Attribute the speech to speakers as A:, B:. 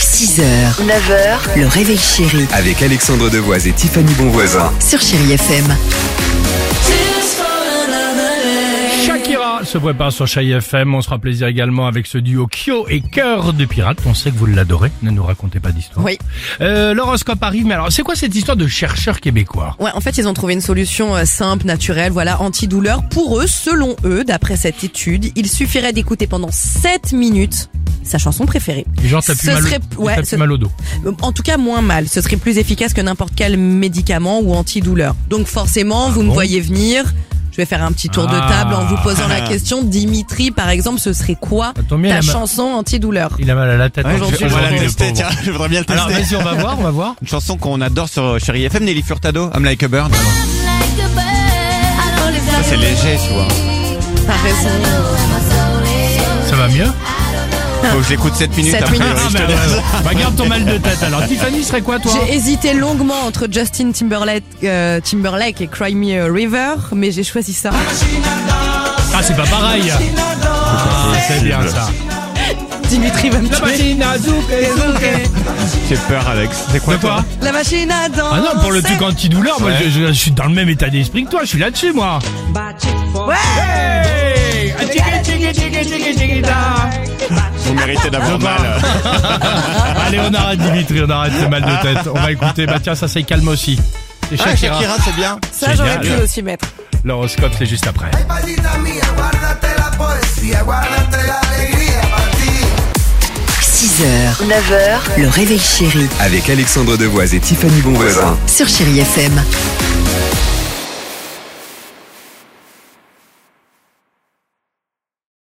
A: 6h, 9h, le réveil chéri
B: Avec Alexandre Devoise et Tiffany Bonvoisin.
A: sur Chérie FM.
C: Shakira se prépare sur Chai FM. On sera plaisir également avec ce duo Kyo et Cœur de Pirate. On sait que vous l'adorez. Ne nous racontez pas d'histoire.
D: Oui.
C: Euh, L'horoscope arrive. Mais alors, c'est quoi cette histoire de chercheurs québécois
D: Ouais, en fait, ils ont trouvé une solution euh, simple, naturelle, voilà, antidouleur. Pour eux, selon eux, d'après cette étude, il suffirait d'écouter pendant 7 minutes sa chanson préférée.
C: Genre, t'as plus,
D: Ce
C: mal, au-
D: serait- ouais,
C: t'as plus
D: ce-
C: mal au dos.
D: Euh, En tout cas, moins mal. Ce serait plus efficace que n'importe quel médicament ou antidouleur. Donc forcément, vous me
C: bon
D: voyez venir. Je vais faire un petit tour de
C: Ah.
D: table en vous posant la question. Dimitri, par exemple, ce serait quoi
C: Ça tombe bien,
D: ta
C: il a ma-
D: chanson antidouleur
C: Il a mal à la tête.
E: Ouais, je,
C: aujourd'hui,
E: je voudrais
C: aujourd'hui,
E: le
C: le
E: tester,
C: pauvre.
E: tiens, je voudrais bien le
C: Alors,
E: tester.
C: vas-y, on va voir, on va voir.
E: Une chanson qu'on adore sur euh, Chéri FM, Nelly Furtado, I'm Like a Bird. Ça, c'est léger, tu vois.
D: Ah. T'as raison.
C: Ça va mieux
E: Faut que je l'écoute 7 minutes
D: Sept
E: après. euh,
D: minutes.
C: Ah,
E: Ah, je
C: bah,
E: te
C: ouais,
E: laisse.
C: ouais. Bah, garde ton mal de tête. Alors, Tiffany serait quoi, toi
D: J'ai hésité longuement entre Justin Timberlake, euh, Timberlake et Cry Me a River, mais j'ai choisi ça.
C: Ah, c'est pas pareil. Ah, c'est bien ça.
D: Dimitri va me
C: La
D: tuer.
C: machine à zouker, zouker.
E: J'ai peur, Alex. C'est quoi,
C: De quoi
E: toi
D: La machine à danser.
C: Ah non, pour le truc antidouleur, moi, je, je- je suis dans le même état d'esprit que toi, je suis là-dessus, moi.
D: Ouais.
C: Hey Ah, tchiki, tchiki, tchiki, tchiki, tchiki, da.
E: Vous méritez d'avoir
C: De quoi
E: mal.
C: Allez, on arrête Dimitri, on arrête le mal de tête. On va écouter, bah tiens, ça c'est calme aussi. C'est
E: Ah,
C: Shakira.
E: Shakira, c'est bien.
D: Ça, j'aurais
C: Génial.
D: pu aussi mettre.
C: L'horoscope, c'est juste après.
F: Maldita mía, guárdate la poesía, guárdate la alegría para ti.
A: 6h, 9h, le réveil chéri
B: Avec Alexandre Devoise et Tiffany Bonvoisin.
A: sur Chérie FM.